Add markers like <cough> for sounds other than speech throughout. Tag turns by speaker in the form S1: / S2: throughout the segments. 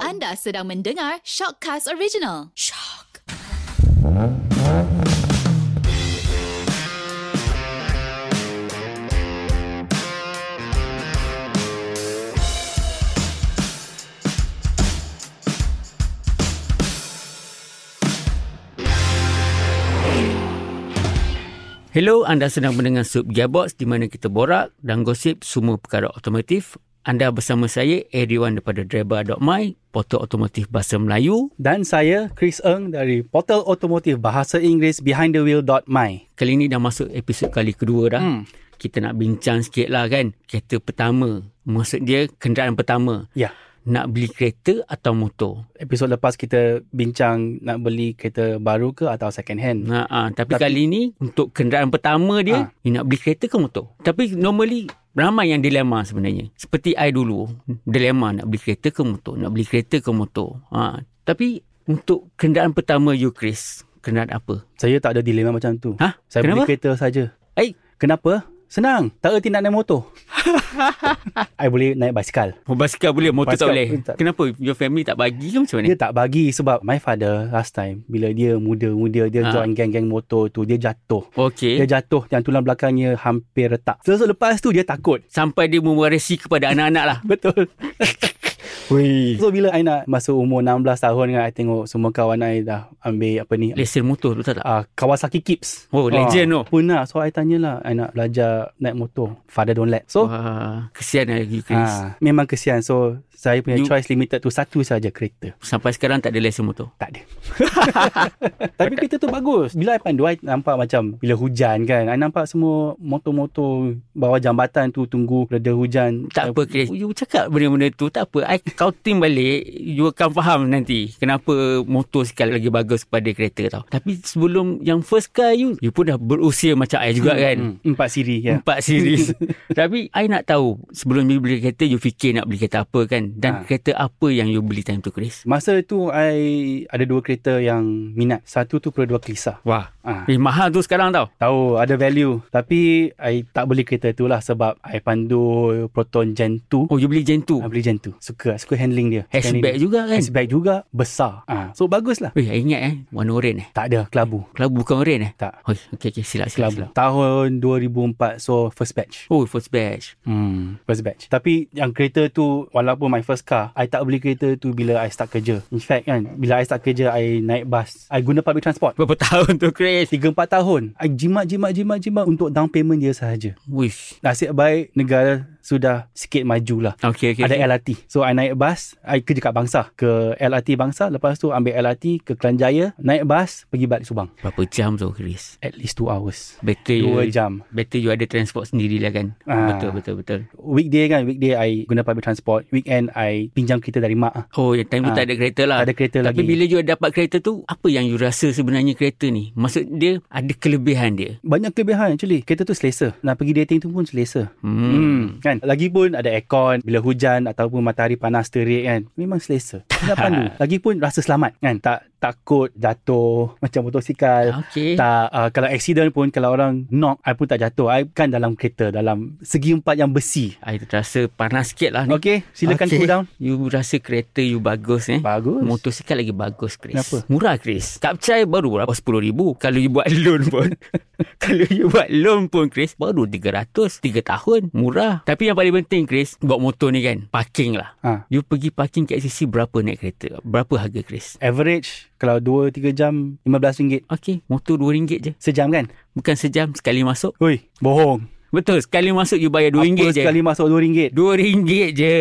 S1: Anda sedang mendengar Shockcast Original. Shock.
S2: Hello, anda sedang mendengar Sub Gearbox di mana kita borak dan gosip semua perkara otomotif. Anda bersama saya, Ariwan daripada Driver.my, portal otomotif bahasa Melayu.
S3: Dan saya, Chris Eng dari portal otomotif bahasa Inggeris behindthewheel.my.
S2: Kali ni dah masuk episod kali kedua dah. Hmm. Kita nak bincang sikit lah kan, kereta pertama. Maksud dia, kenderaan pertama.
S3: Ya,
S2: Nak beli kereta atau motor?
S3: episod lepas kita bincang nak beli kereta baru ke atau second hand.
S2: Ha, ha. Tapi,
S3: Tapi-
S2: kali ni, untuk kenderaan pertama dia,
S3: Ha.
S2: you nak beli kereta ke motor? Tapi normally, ramai yang dilema sebenarnya. Seperti I dulu, dilema nak beli kereta ke motor, nak beli kereta ke motor. Ha. Tapi untuk kenderaan pertama you, Chris, kenderaan apa?
S3: Saya tak ada dilema macam tu.
S2: Ha?
S3: Saya
S2: Kenapa?
S3: beli kereta saja.
S2: Eh.
S3: Kenapa? Senang. Tak erti nak naik motor.
S2: <laughs>
S3: I boleh naik basikal.
S2: Oh, basikal boleh, motor
S3: Basikal
S2: tak boleh.
S3: pun tak.
S2: Kenapa? Your family tak bagi ke macam mana?
S3: Dia tak bagi sebab my father last time bila dia muda-muda dia
S2: Ha.
S3: join geng-geng motor tu dia jatuh.
S2: Okey.
S3: Dia jatuh yang tulang belakangnya hampir retak. So, so lepas tu dia takut.
S2: Sampai dia mewarisi kepada anak-anak lah.
S3: Betul.
S2: Wih.
S3: So bila I nak masuk umur 16 tahun kan I tengok semua kawan I dah ambil apa ni
S2: Lesen motor tu tak tak?
S3: uh, Kawasaki Kips
S2: Oh, legend tu.
S3: Pun lah So I tanyalah I nak belajar naik motor Father don't let
S2: Oh.
S3: So
S2: Wah, kesian lah you, Chris.
S3: uh, Memang kesian So saya punya
S2: You-
S3: choice limited tu Satu saja kereta
S2: Sampai sekarang tak ada lesen motor.
S3: Tak
S2: <laughs>
S3: ada Tapi kereta tu bagus Bila I pandu I nampak macam Bila hujan kan I nampak semua Motor-motor Bawah jambatan tu Tunggu reda hujan
S2: Tak apa Chris You cakap benda-benda tu Tak apa I counting balik You akan faham nanti Kenapa motor sekali lagi bagus Pada kereta tau Tapi sebelum Yang first car you You pun dah berusia Macam I juga kan
S3: Hmm, Empat siri ya.
S2: Empat series <laughs> Tapi I nak tahu Sebelum you beli kereta You fikir nak beli kereta apa kan Dan
S3: Ha.
S2: kereta apa yang you beli time tu Chris
S3: Masa tu I Ada dua kereta yang Minat Satu tu Perdua Kelisa
S2: Wah
S3: Ah,
S2: Eh mahal tu sekarang tau
S3: Tahu ada value Tapi I tak beli kereta tu lah Sebab I pandu Proton Gen 2
S2: Oh you beli Gen 2
S3: I beli Gen 2 Suka Suka handling dia
S2: Hatchback
S3: handling.
S2: juga kan
S3: Hatchback juga Besar ah, So bagus lah
S2: Eh I ingat eh Warna oren eh
S3: Tak ada Kelabu
S2: Kelabu bukan oren eh
S3: Tak
S2: Oh okay, okay silap silap,
S3: Kelabu
S2: silap.
S3: Tahun 2004 So first batch
S2: Oh first batch
S3: hmm, First batch Tapi yang kereta tu Walaupun my first car I tak beli kereta tu Bila I start kerja In fact kan Bila I start kerja I naik bus I guna public transport
S2: Berapa <laughs> tahun tu Chris
S3: 3-4 tahun I jimat jimat jimat jimat Untuk down payment dia sahaja
S2: Wish
S3: Nasib baik negara sudah sikit maju lah.
S2: Okay, okay.
S3: Okay. Ada LRT. So, I naik bas. I kerja kat Bangsa. Ke LRT Bangsa. Lepas tu, ambil LRT ke Kelantan Jaya. Naik bas, pergi balik Subang.
S2: Berapa jam tu Chris?
S3: At least 2 hours.
S2: Better
S3: 2
S2: you,
S3: jam.
S2: better you ada transport sendiri lah kan?
S3: Ah.
S2: Betul, betul, betul.
S3: Weekday kan, weekday I guna public transport. Weekend, I pinjam kereta dari mak. ah.
S2: Oh, ya, time tu
S3: Ah.
S2: tak ada kereta lah.
S3: Tak ada kereta
S2: Tapi
S3: lagi.
S2: bila you dapat kereta tu, apa yang you rasa sebenarnya kereta ni? Maksud dia, ada kelebihan dia.
S3: Banyak kelebihan actually. Kereta tu selesa. Nak pergi dating tu pun selesa.
S2: Hmm.
S3: Hmm. Kan? Lagipun ada aircon bila hujan ataupun matahari panas terik kan. Memang selesa.
S2: <laughs>
S3: Nak pandu. Lagipun rasa selamat kan. Tak takut jatuh macam motosikal.
S2: Okay.
S3: Tak uh, kalau accident pun kalau orang knock I pun tak jatuh. I kan dalam kereta dalam segi empat yang besi.
S2: I rasa panas sikit lah ni.
S3: Okey, Oh, silakan
S2: Okey.
S3: okay. cool down.
S2: You rasa kereta you <laughs> bagus eh?
S3: Bagus.
S2: Motosikal lagi bagus Chris
S3: Kenapa?
S2: Murah Chris Kapcai baru berapa RM10,000 Kalau you buat loan pun <laughs> Kalau you buat loan pun Chris Baru RM300 3 tahun Murah Tapi yang paling penting Chris Buat motor ni kan Parking lah
S3: Ha.
S2: You pergi parking kat sisi Berapa naik kereta Berapa harga Chris
S3: Average kalau 2 3 jam RM15
S2: Okay Motor RM2 je
S3: sejam kan?
S2: Bukan sejam Sekali masuk
S3: Hui, bohong.
S2: Betul Sekali masuk you bayar
S3: Apa
S2: RM2 je
S3: sekali masuk RM2.
S2: RM2 je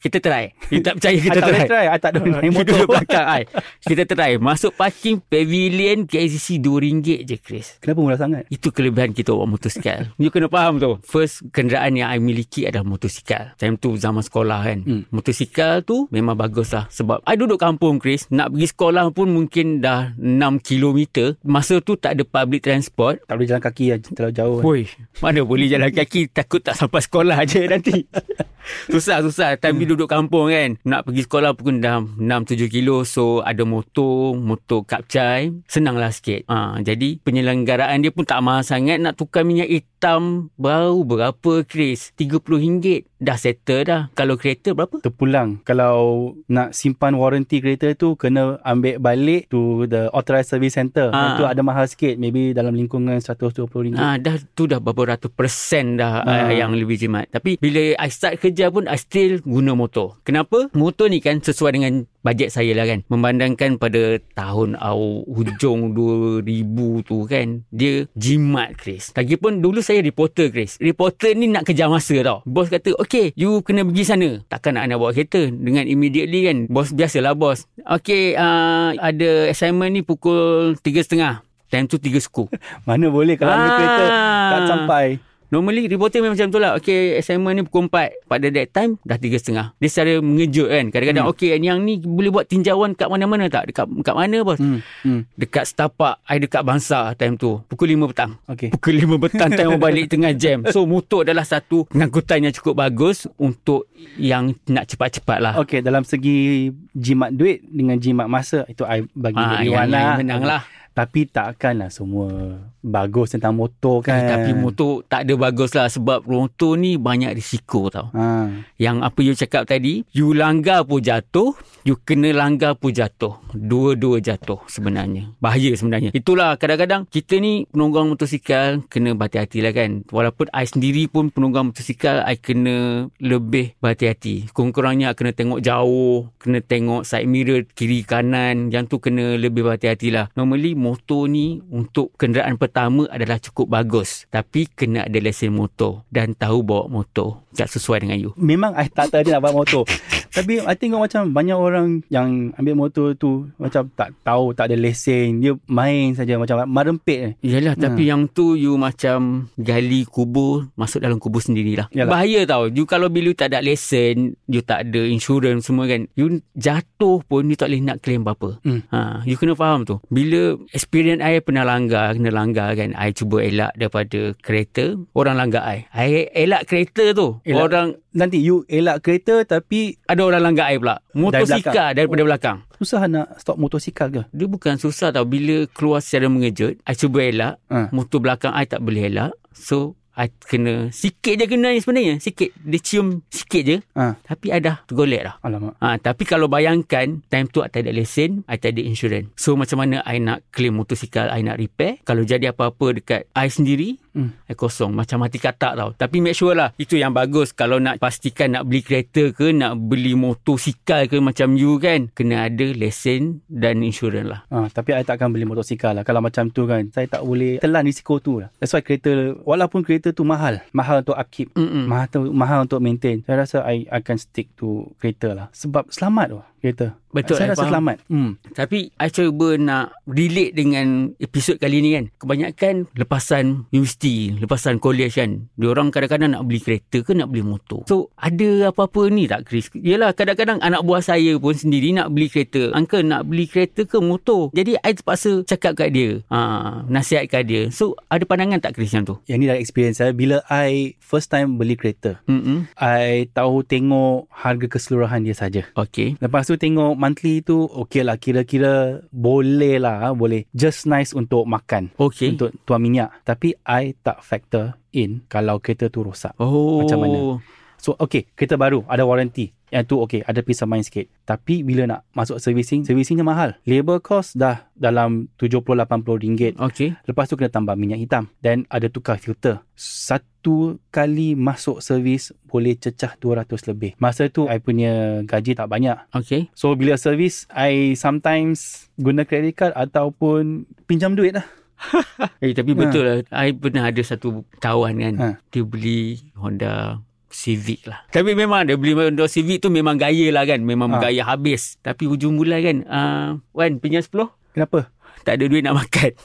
S2: Kita try You tak percaya
S3: I
S2: kita
S3: <laughs> tak boleh
S2: try
S3: try. I
S2: <laughs>
S3: tak boleh naik
S2: Kita
S3: motor.
S2: duduk belakang ai. Kita try Masuk parking Pavilion KCC RM2 je Chris
S3: <laughs> Kenapa murah sangat?
S2: Itu kelebihan kita buat motosikal <laughs> You kena faham tu First kenderaan yang I miliki adalah motosikal Time tu zaman sekolah kan
S3: Hmm.
S2: Motosikal tu memang bagus lah Sebab I duduk kampung Chris Nak pergi sekolah pun mungkin dah 6 km Masa tu tak ada public transport
S3: Tak boleh jalan kaki lah, terlalu jauh.
S2: Woi, mana boleh jalan kaki takut tak sampai sekolah je nanti. <laughs> susah susah time hmm. duduk kampung kan. Nak pergi sekolah pun dah 6 7 kilo so ada motor, motor kapcai, senanglah sikit. Ha, jadi penyelenggaraan dia pun tak mahal sangat nak tukar minyak hitam baru berapa Chris? RM30 dah settle dah. Kalau kereta berapa?
S3: terpulang kalau nak simpan warranty kereta tu kena ambil balik to the authorized service center
S2: Ah.
S3: ha. tu ada mahal sikit maybe dalam lingkungan RM120
S2: Ah,
S3: ha.
S2: dah tu dah berapa ratus persen dah
S3: Ah.
S2: ah. yang lebih jimat. Tapi bila I start kerja pun I still guna motor. Kenapa? Motor ni kan sesuai dengan bajet saya lah kan. Memandangkan pada tahun aw, hujung <laughs> 2000 tu kan. Dia jimat Chris. Lagipun dulu saya reporter Chris. Reporter ni nak kejar masa tau. Bos kata, okay you kena pergi sana. Takkan nak nak bawa kereta. Dengan immediately kan. Bos biasalah bos. Okay uh, ada assignment ni pukul 3.30. Time tu 3 suku.
S3: <laughs> mana boleh kalau ambil
S2: Ah.
S3: kereta tak sampai
S2: Normally reporter memang macam tu lah Okay assignment ni pukul 4 Pada that time Dah 3.30 Dia secara mengejut kan Kadang-kadang hmm. Okay yang ni boleh buat tinjauan Kat mana-mana tak Dekat, dekat mana bos hmm.
S3: hmm. Hmm.
S2: Dekat setapak I dekat bangsa time tu Pukul 5 petang
S3: Okay.
S2: Pukul 5 petang <laughs> Time orang balik tengah jam So motor adalah satu Pengangkutan yang cukup bagus Untuk Yang nak cepat-cepat lah
S3: Okay, dalam segi jimat duit dengan jimat masa, itu I bagi
S2: Ah,
S3: ha,
S2: yang
S3: Iwan
S2: lain
S3: lah.
S2: menang lah
S3: Tapi takkanlah semua bagus tentang motor kan.
S2: eh, Tapi motor tak ada bagus lah Sebab motor ni banyak risiko tau
S3: Ha.
S2: Yang apa you cakap tadi, you langgar pun jatuh, you kena langgar pun jatuh. Dua-dua jatuh sebenarnya. Bahaya sebenarnya. Itulah kadang-kadang kita ni penunggang motosikal kena berhati-hati lah kan. Walaupun I sendiri pun penunggang motosikal, I kena lebih berhati-hati. Kurang-kurangnya I kena tengok jauh, kena tengok side mirror kiri kanan. Yang tu kena lebih berhati-hati lah. Normally motor ni untuk kenderaan pertama adalah cukup bagus. Tapi kena ada lesen motor dan tahu bawa motor. Tak sesuai dengan you.
S3: Memang I tak tadi nak bawa motor. Tapi I tengok macam banyak orang yang ambil motor tu macam tak tahu, tak ada lesen. Dia main saja macam marempit. eh.
S2: Yalah
S3: Hmm.
S2: tapi yang tu you macam gali kubur masuk dalam kubur sendirilah.
S3: Yalah.
S2: Yalah. Bahaya tau. You kalau bila you tak ada lesen, you tak ada insurans semua kan. You jatuh pun you tak boleh nak claim apa-apa.
S3: Hmm.
S2: Ha, you kena faham tu. Bila experience I pernah langgar, kena langgar kan. I cuba elak daripada kereta, orang langgar I. I elak kereta tu.
S3: Elak.
S2: Elak. Orang
S3: Nanti you elak kereta tapi
S2: ada orang langgar I pula. Motosikal daripada belakang.
S3: susah nak stop motosikal ke?
S2: Dia bukan susah tau Bila keluar secara mengejut I cuba elak ha.
S3: Ha.
S2: Motor belakang I tak boleh elak So I kena Sikit je kena ni sebenarnya Sikit Dia cium sikit je
S3: Ha.
S2: Tapi I dah tergolek dah
S3: Alamak.
S2: ha, Tapi kalau bayangkan Time tu I tak ada lesen I tak ada insurans So macam mana I nak claim motosikal I nak repair Kalau jadi apa-apa dekat I sendiri
S3: Hmm.
S2: I kosong Macam mati katak tau Tapi make sure lah Itu yang bagus Kalau nak pastikan Nak beli kereta ke Nak beli motosikal ke Macam you kan Kena ada lesen Dan insurans lah
S3: Ha, tapi I takkan beli motosikal lah Kalau macam tu kan Saya tak boleh telan risiko tu lah That's why kereta Walaupun kereta tu mahal Mahal untuk upkeep
S2: Mm-mm.
S3: mahal, tu, mahal untuk maintain Saya rasa I akan stick to kereta lah Sebab selamat tu kereta
S2: Betul
S3: Saya
S2: I faham.
S3: rasa selamat hmm.
S2: Tapi I cuba nak relate dengan episod kali ni kan. Kebanyakan lepasan universiti, lepasan college kan. Diorang kadang-kadang nak beli kereta ke nak beli motor. So ada apa-apa ni tak Chris? Yelah kadang-kadang anak buah saya pun sendiri nak beli kereta. Uncle nak beli kereta ke motor? Jadi I terpaksa cakap kat dia. Ha, nasihat kat dia. So ada pandangan tak Chris yang tu?
S3: Yang ni dari experience saya Bila I first time beli kereta
S2: Mm-mm.
S3: I tahu tengok harga keseluruhan dia saja.
S2: Okay.
S3: Lepas tu tengok monthly tu okey lah kira-kira boleh lah ha, boleh. Just nice untuk makan.
S2: Okay.
S3: Untuk tuang minyak. Tapi I tak factor in kalau kereta tu rosak.
S2: Oh.
S3: Macam mana? So okay kereta baru ada warranty. Yang tu okay ada peace of mind sikit. Tapi bila nak masuk servicing, servicingnya mahal. Labor cost dah dalam 70-80 ringgit.
S2: Okay.
S3: Lepas tu kena tambah minyak hitam. Then ada tukar filter. Satu kali masuk servis boleh cecah 200 lebih. Masa tu I punya gaji tak banyak.
S2: Okay.
S3: So bila servis I sometimes guna credit card ataupun pinjam duit lah.
S2: Eh tapi
S3: Ha.
S2: betul lah I pernah ada satu kawan kan
S3: Ha.
S2: Dia beli Honda Civic lah Tapi memang dia beli Honda Civic tu Memang gaya lah kan Memang
S3: Ha.
S2: gaya habis Tapi hujung bulan kan uh, Wan pinjam 10
S3: Kenapa?
S2: Tak ada duit nak makan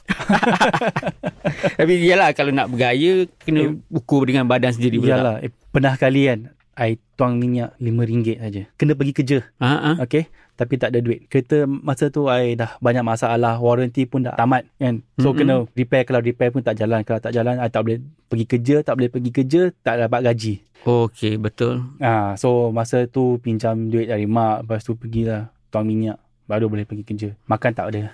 S2: <laughs> Tapi iyalah Kalau nak bergaya Kena ukur dengan badan sendiri pula
S3: Yalah, eh, pernah kali kan I tuang minyak RM5 saja. Kena pergi kerja.
S2: Ha, ha.
S3: Okay Tapi tak ada duit Kereta masa tu I dah banyak masalah Warranty pun dah tamat kan
S2: Mm-mm.
S3: So mm-hmm. kena repair Kalau repair pun tak jalan Kalau tak jalan I tak boleh pergi kerja Tak boleh pergi kerja Tak dapat gaji
S2: Okey,
S3: <laughs>
S2: betul.
S3: ah, So masa tu pinjam duit dari mak Lepas tu pergilah Tuang minyak Baru boleh pergi kerja Makan tak ada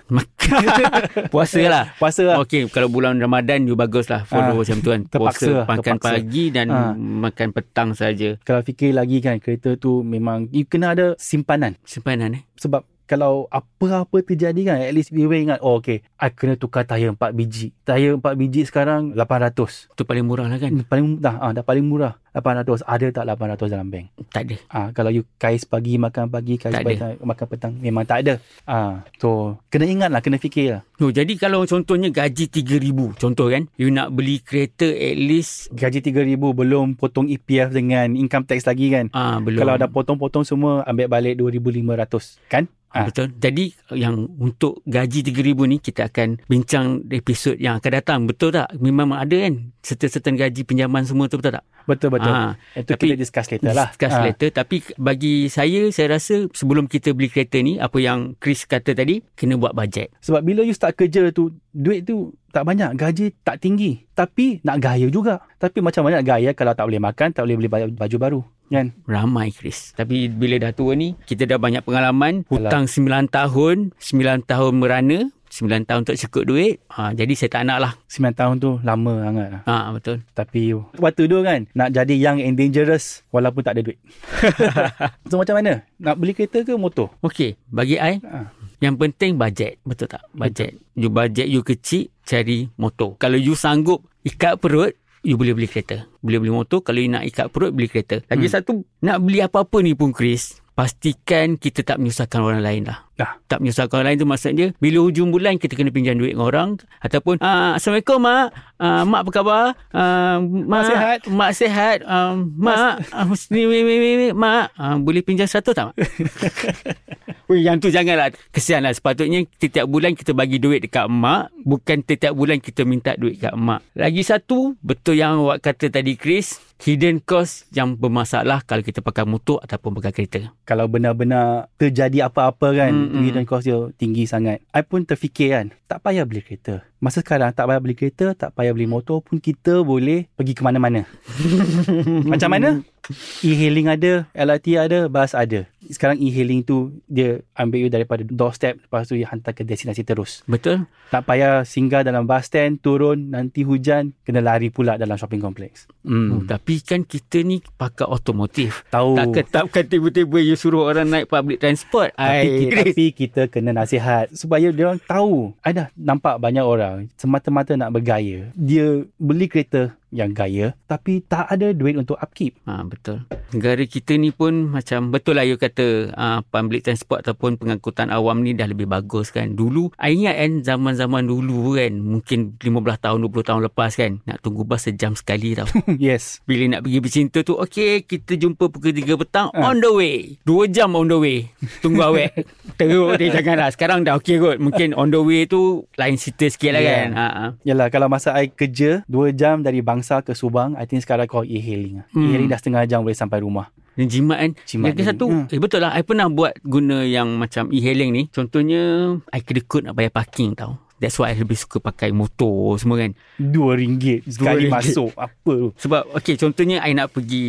S2: <laughs> Puasa lah.
S3: Puasa lah
S2: Okey, kalau bulan Ramadan you baguslah follow macam tu kan. Puasa
S3: Ha. terpaksa lah,
S2: makan
S3: terpaksa.
S2: pagi dan
S3: Ah.
S2: makan petang saja.
S3: Kalau fikir lagi kan Kereta tu memang You kena ada simpanan
S2: Simpanan eh.
S3: Sebab kalau apa-apa terjadi kan At least we will ingat Oh okay I kena tukar tayar 4 biji Tayar 4 biji sekarang 800
S2: Tu paling murah lah kan.
S3: Hmm, paling mudah ah dah paling murah 800 ada tak 800 dalam bank
S2: Tak ada.
S3: ah kalau you kais pagi makan pagi kais
S2: Tak ada.
S3: petang makan petang memang tak ada ah so kena ingat lah kena fikir lah
S2: No, jadi kalau contohnya gaji 3000 contoh kan, you nak beli kereta at least
S3: gaji 3000 belum potong EPF dengan income tax lagi kan
S2: ah belum.
S3: kalau dah potong-potong semua ambil balik 2500 kan
S2: Ah, Betul. Jadi yang untuk gaji 3000 ni kita akan bincang episod yang akan datang. Betul tak? Memang ada kan certain-certain gaji pinjaman semua tu betul tak?
S3: betul betul
S2: Ah,
S3: itu
S2: tapi-
S3: kita discuss later lah
S2: Discuss
S3: Ah,
S2: later. Tapi bagi saya, saya rasa sebelum kita beli kereta ni, apa yang Chris kata tadi, kena buat bajet.
S3: sebab bila you start kerja tu duit tu tak banyak gaji tak tinggi tapi nak gaya juga tapi macam mana nak gaya kalau tak boleh makan tak boleh beli baju baju baru kan
S2: Ramai Chris. Tapi bila dah tua ni, kita dah banyak pengalaman. Hutang 9 tahun, 9 tahun merana, 9 tahun tak cukup duit. Ha, jadi saya tak nak lah.
S3: 9 tahun tu lama sangat lah.
S2: Ha, betul.
S3: Tapi waktu tu kan nak jadi young and dangerous walaupun tak ada duit. so macam mana? Nak beli kereta ke motor?
S2: Okey, bagi I,
S3: Ha.
S2: yang penting bajet. Betul tak? Bajet. You bajet you kecil, cari motor. Kalau you sanggup ikat perut, you boleh beli kereta. Boleh beli motor. Kalau you nak ikat perut, beli kereta. Lagi hmm. satu, nak beli apa-apa ni pun Chris, pastikan kita tak menyusahkan orang lain lah.
S3: Dah.
S2: Tak menyusahkan orang lain tu maksudnya, bila hujung bulan kita kena pinjam duit dengan orang. Ataupun, "Ah, Assalamualaikum Mak. Ah, mak apa khabar? Ah, mak,
S3: sihat?
S2: Mak sihat. Ah, mak, ah, ni, ni, ni, ni, ni, mak. Ah, boleh pinjam 100 tak Mak? Weh, yang tu janganlah. Kesianlah. Sepatutnya setiap bulan kita bagi duit dekat mak. Bukan setiap bulan kita minta duit dekat mak. Lagi satu, betul yang awak kata tadi Chris. Hidden cost yang bermasalah kalau kita pakai motor ataupun pakai kereta.
S3: Kalau benar-benar terjadi apa-apa kan,
S2: Mm-mm.
S3: mm-hmm. cost dia tinggi sangat. I pun terfikir kan, tak payah beli kereta. Masa sekarang tak payah beli kereta, tak payah beli motor pun kita boleh pergi ke mana-mana. macam mana? E-hailing ada, LRT ada, bas ada. Sekarang e-hailing tu dia ambil you daripada doorstep, lepas tu dia hantar ke destinasi terus.
S2: Betul?
S3: Tak payah singgah dalam bus stand, turun, nanti hujan, kena lari pula dalam shopping complex.
S2: Hmm.
S3: Hmm. Oh.
S2: Tapi kan kita ni pakai otomotif.
S3: Tahu.
S2: Takkan, takkan tiba-tiba you suruh orang naik public transport.
S3: Tapi, kita,
S2: Chris.
S3: tapi kita kena nasihat supaya dia orang tahu. I dah nampak banyak orang semata-mata nak bergaya. Dia beli kereta yang gaya tapi tak ada duit untuk upkeep.
S2: Ha, betul. Negara kita ni pun macam betul lah you kata uh, public transport ataupun pengangkutan awam ni dah lebih bagus kan. Dulu, I ingat kan zaman-zaman dulu kan, mungkin 15 tahun, 20 tahun lepas kan, nak tunggu bas sejam sekali tau.
S3: Hmm, yes.
S2: Bila nak pergi bercinta tu, okay, kita jumpa pukul 3 petang,
S3: Ah.
S2: on the way. 2 jam on the way.
S3: <laughs>
S2: Tunggu awek. Teruk dia jangan lah. Sekarang dah okay kot. Mungkin on the way tu lain cerita sikit lah
S3: Yeah.
S2: kan. Ha, ha.
S3: Yalah kalau masa I kerja 2 jam dari Bangsa ke Subang, I think sekarang call e-hailing.
S2: Hmm.
S3: Hmm. E-hailing dah setengah jam boleh sampai rumah.
S2: Dan jimat kan
S3: Jimat
S2: Lagi
S3: dia.
S2: satu
S3: Hmm.
S2: eh, Betul lah I pernah buat Guna yang macam E-hailing ni Contohnya I kedekut nak bayar parking tau That's why I lebih suka pakai motor semua kan
S3: RM2
S2: RM2.
S3: sekali masuk. Apa tu?
S2: Sebab okay contohnya I nak pergi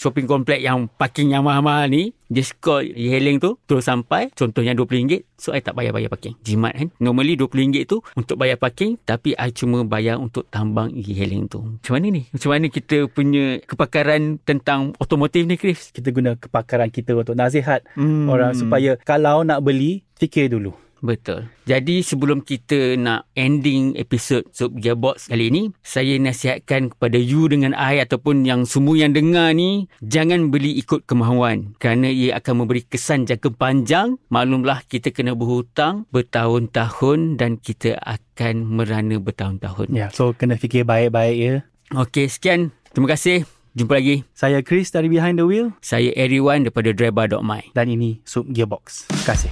S2: Shopping complex yang Parking yang mahal-mahal ni Just call e-hailing tu Terus sampai Contohnya RM20 So I tak bayar-bayar parking Jimat kan Normally RM20 tu Untuk bayar parking Tapi I cuma bayar Untuk tambang e-hailing tu Macam mana ni? Macam mana kita punya Kepakaran tentang Otomotif ni Chris?
S3: Kita guna kepakaran kita untuk nasihat
S2: Hmm.
S3: orang supaya kalau nak beli fikir dulu.
S2: Betul. Jadi sebelum kita nak ending episod Sub Gearbox kali ini, saya nasihatkan kepada you dengan I ataupun yang semua yang dengar ni, jangan beli ikut kemahuan kerana ia akan memberi kesan jangka panjang. Maklumlah kita kena berhutang bertahun-tahun dan kita akan merana bertahun-tahun.
S3: Ya, so kena fikir baik-baik ya.
S2: Okey, sekian. Terima kasih. Jumpa lagi.
S3: Saya Chris dari Behind the Wheel
S2: Saya Eriwan daripada Driver.my.
S3: dan ini Sub Gearbox. Terima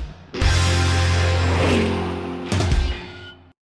S3: kasih.